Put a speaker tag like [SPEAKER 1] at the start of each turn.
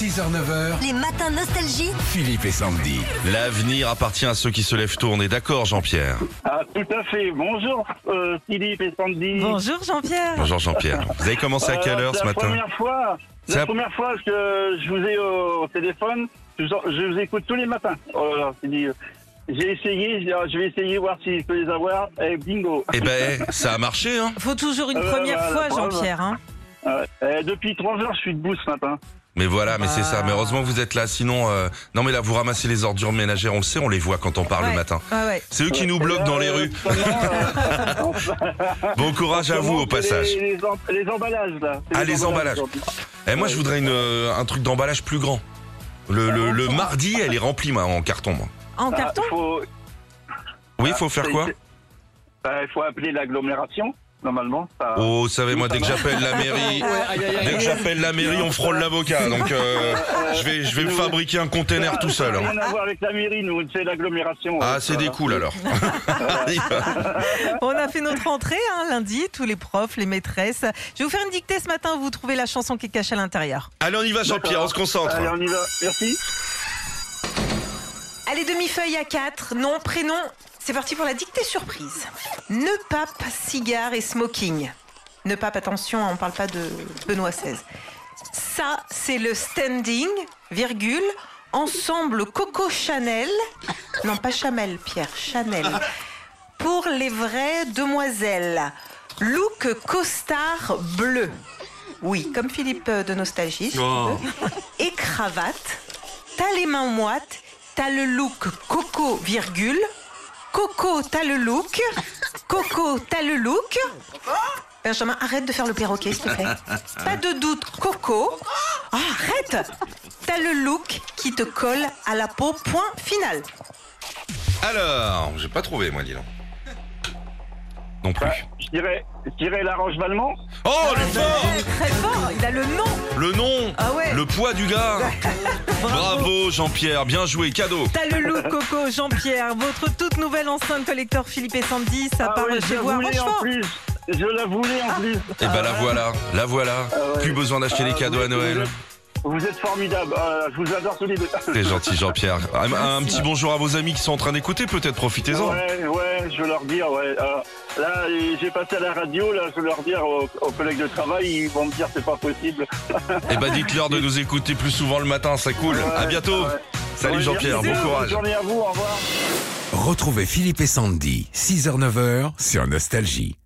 [SPEAKER 1] 6h-9h,
[SPEAKER 2] Les matins nostalgie.
[SPEAKER 1] Philippe et Sandy.
[SPEAKER 3] L'avenir appartient à ceux qui se lèvent tôt, on est d'accord Jean-Pierre
[SPEAKER 4] Ah, tout à fait. Bonjour, euh, Philippe et Sandy.
[SPEAKER 5] Bonjour Jean-Pierre.
[SPEAKER 3] Bonjour Jean-Pierre. Vous avez commencé à
[SPEAKER 4] Euh,
[SPEAKER 3] quelle heure
[SPEAKER 4] c'est
[SPEAKER 3] ce
[SPEAKER 4] la
[SPEAKER 3] matin
[SPEAKER 4] première fois,
[SPEAKER 3] C'est
[SPEAKER 4] la,
[SPEAKER 3] la-
[SPEAKER 4] première fois que je vous ai au téléphone. Je vous, en- je vous écoute tous les matins. Oh là là, c'est dit, euh, J'ai essayé, j'ai- je vais essayer voir si je peux les avoir. Et bingo.
[SPEAKER 3] Eh ben, ça a marché hein
[SPEAKER 5] Faut toujours une
[SPEAKER 4] Euh,
[SPEAKER 5] première
[SPEAKER 4] voilà,
[SPEAKER 5] fois Jean-Pierre. Hein.
[SPEAKER 4] Euh, euh, depuis 3 heures, je suis debout ce matin.
[SPEAKER 3] Mais voilà, mais c'est ça. Mais heureusement que vous êtes là, sinon... euh, Non mais là, vous ramassez les ordures ménagères, on le sait, on les voit quand on parle
[SPEAKER 5] Ouais.
[SPEAKER 3] le matin.
[SPEAKER 5] Ouais, ouais.
[SPEAKER 3] C'est eux qui nous bloquent dans les rues.
[SPEAKER 4] Euh,
[SPEAKER 3] Bon courage à vous au passage.
[SPEAKER 4] Les, les em- les emballages, là. C'est
[SPEAKER 3] Ah, les emballages.
[SPEAKER 4] aujourd'hui.
[SPEAKER 3] Et moi, je voudrais une, euh, un truc d'emballage plus grand. Le, le- le mardi, elle est remplie moi, en carton. Moi.
[SPEAKER 5] En
[SPEAKER 4] Ah,
[SPEAKER 5] carton
[SPEAKER 4] faut-
[SPEAKER 3] Oui, il faut faire quoi
[SPEAKER 4] Bah, Il faut appeler l'agglomération, normalement. Ça...
[SPEAKER 3] Oh, savez-moi, dès que j'appelle la mairie... Dès que j'appelle la mairie, on frôle l'avocat. Donc, euh, je vais, je vais me fabriquer un container tout seul. hein.
[SPEAKER 4] Ça n'a rien à voir avec la mairie, nous, c'est l'agglomération.
[SPEAKER 3] Ah,
[SPEAKER 4] Euh,
[SPEAKER 3] c'est des
[SPEAKER 4] voilà.
[SPEAKER 3] cools alors.
[SPEAKER 5] On a fait notre entrée hein, lundi, tous les profs, les maîtresses. Je vais vous faire une dictée ce matin, vous trouvez la chanson qui est cachée à l'intérieur.
[SPEAKER 3] Allez, on y va, Jean-Pierre, on se concentre.
[SPEAKER 4] euh, Allez, on y va. Merci.
[SPEAKER 5] Allez, demi-feuille à 4, nom, prénom. C'est parti pour la dictée surprise. Ne pape, cigare et smoking. Ne pape, attention, hein, on parle pas de Benoît XVI. Ça, c'est le standing, virgule, ensemble Coco Chanel. Non, pas Chamel, Pierre, Chanel. Pour les vraies demoiselles. Look costard bleu. Oui, comme Philippe euh, de Nostalgie. si tu veux. Et cravate. T'as les mains moites. T'as le look coco, virgule. Coco, t'as le look. Coco, t'as le look. Benjamin, arrête de faire le perroquet, s'il te plaît. Pas de doute, Coco. Ah, arrête T'as le look qui te colle à la peau, point final.
[SPEAKER 3] Alors, j'ai pas trouvé, moi, dis donc. Non plus.
[SPEAKER 4] Je dirais, je dirais la Roche Valmont.
[SPEAKER 3] Oh, le fort
[SPEAKER 5] Très fort, il a le nom.
[SPEAKER 3] Le nom
[SPEAKER 5] Ah ouais.
[SPEAKER 3] Le poids du gars Bravo, Jean-Pierre, bien joué, cadeau
[SPEAKER 5] T'as le look, Coco, Jean-Pierre. Votre toute nouvelle enceinte collector Philippe et Sandy, ça
[SPEAKER 4] Ah
[SPEAKER 5] part
[SPEAKER 4] oui, je
[SPEAKER 5] chez
[SPEAKER 4] la
[SPEAKER 5] vous à
[SPEAKER 4] voulais en
[SPEAKER 5] Rochefort. Ah.
[SPEAKER 4] plus. Je la voulais en plus.
[SPEAKER 3] Et ben la voilà, la voilà.
[SPEAKER 4] Ah ouais.
[SPEAKER 3] Plus besoin d'acheter les
[SPEAKER 4] Ah,
[SPEAKER 3] cadeaux
[SPEAKER 4] vous
[SPEAKER 3] à
[SPEAKER 4] êtes-
[SPEAKER 3] Noël.
[SPEAKER 4] Vous êtes, formidable. Ah, je vous adore tous les deux.
[SPEAKER 3] T'es gentil, Jean-Pierre. Un, un petit bonjour à vos amis qui sont en train d'écouter, peut-être profitez-en.
[SPEAKER 4] Ouais, ouais, je veux leur dire, ouais. euh, là, j'ai passé à la radio, là, je veux leur dire aux, aux collègues de travail, ils vont me dire c'est pas possible.
[SPEAKER 3] Eh ben dites-leur de nous écouter plus souvent le matin, ça cool.
[SPEAKER 4] Ouais,
[SPEAKER 3] À bientôt.
[SPEAKER 4] ouais.
[SPEAKER 3] Salut
[SPEAKER 4] Ouais,
[SPEAKER 3] Jean-Pierre, bon
[SPEAKER 4] bisous, Bonne
[SPEAKER 3] courage.
[SPEAKER 4] journée à vous, au revoir.
[SPEAKER 1] Retrouvez Philippe et Sandy, 6h-9h sur Nostalgie.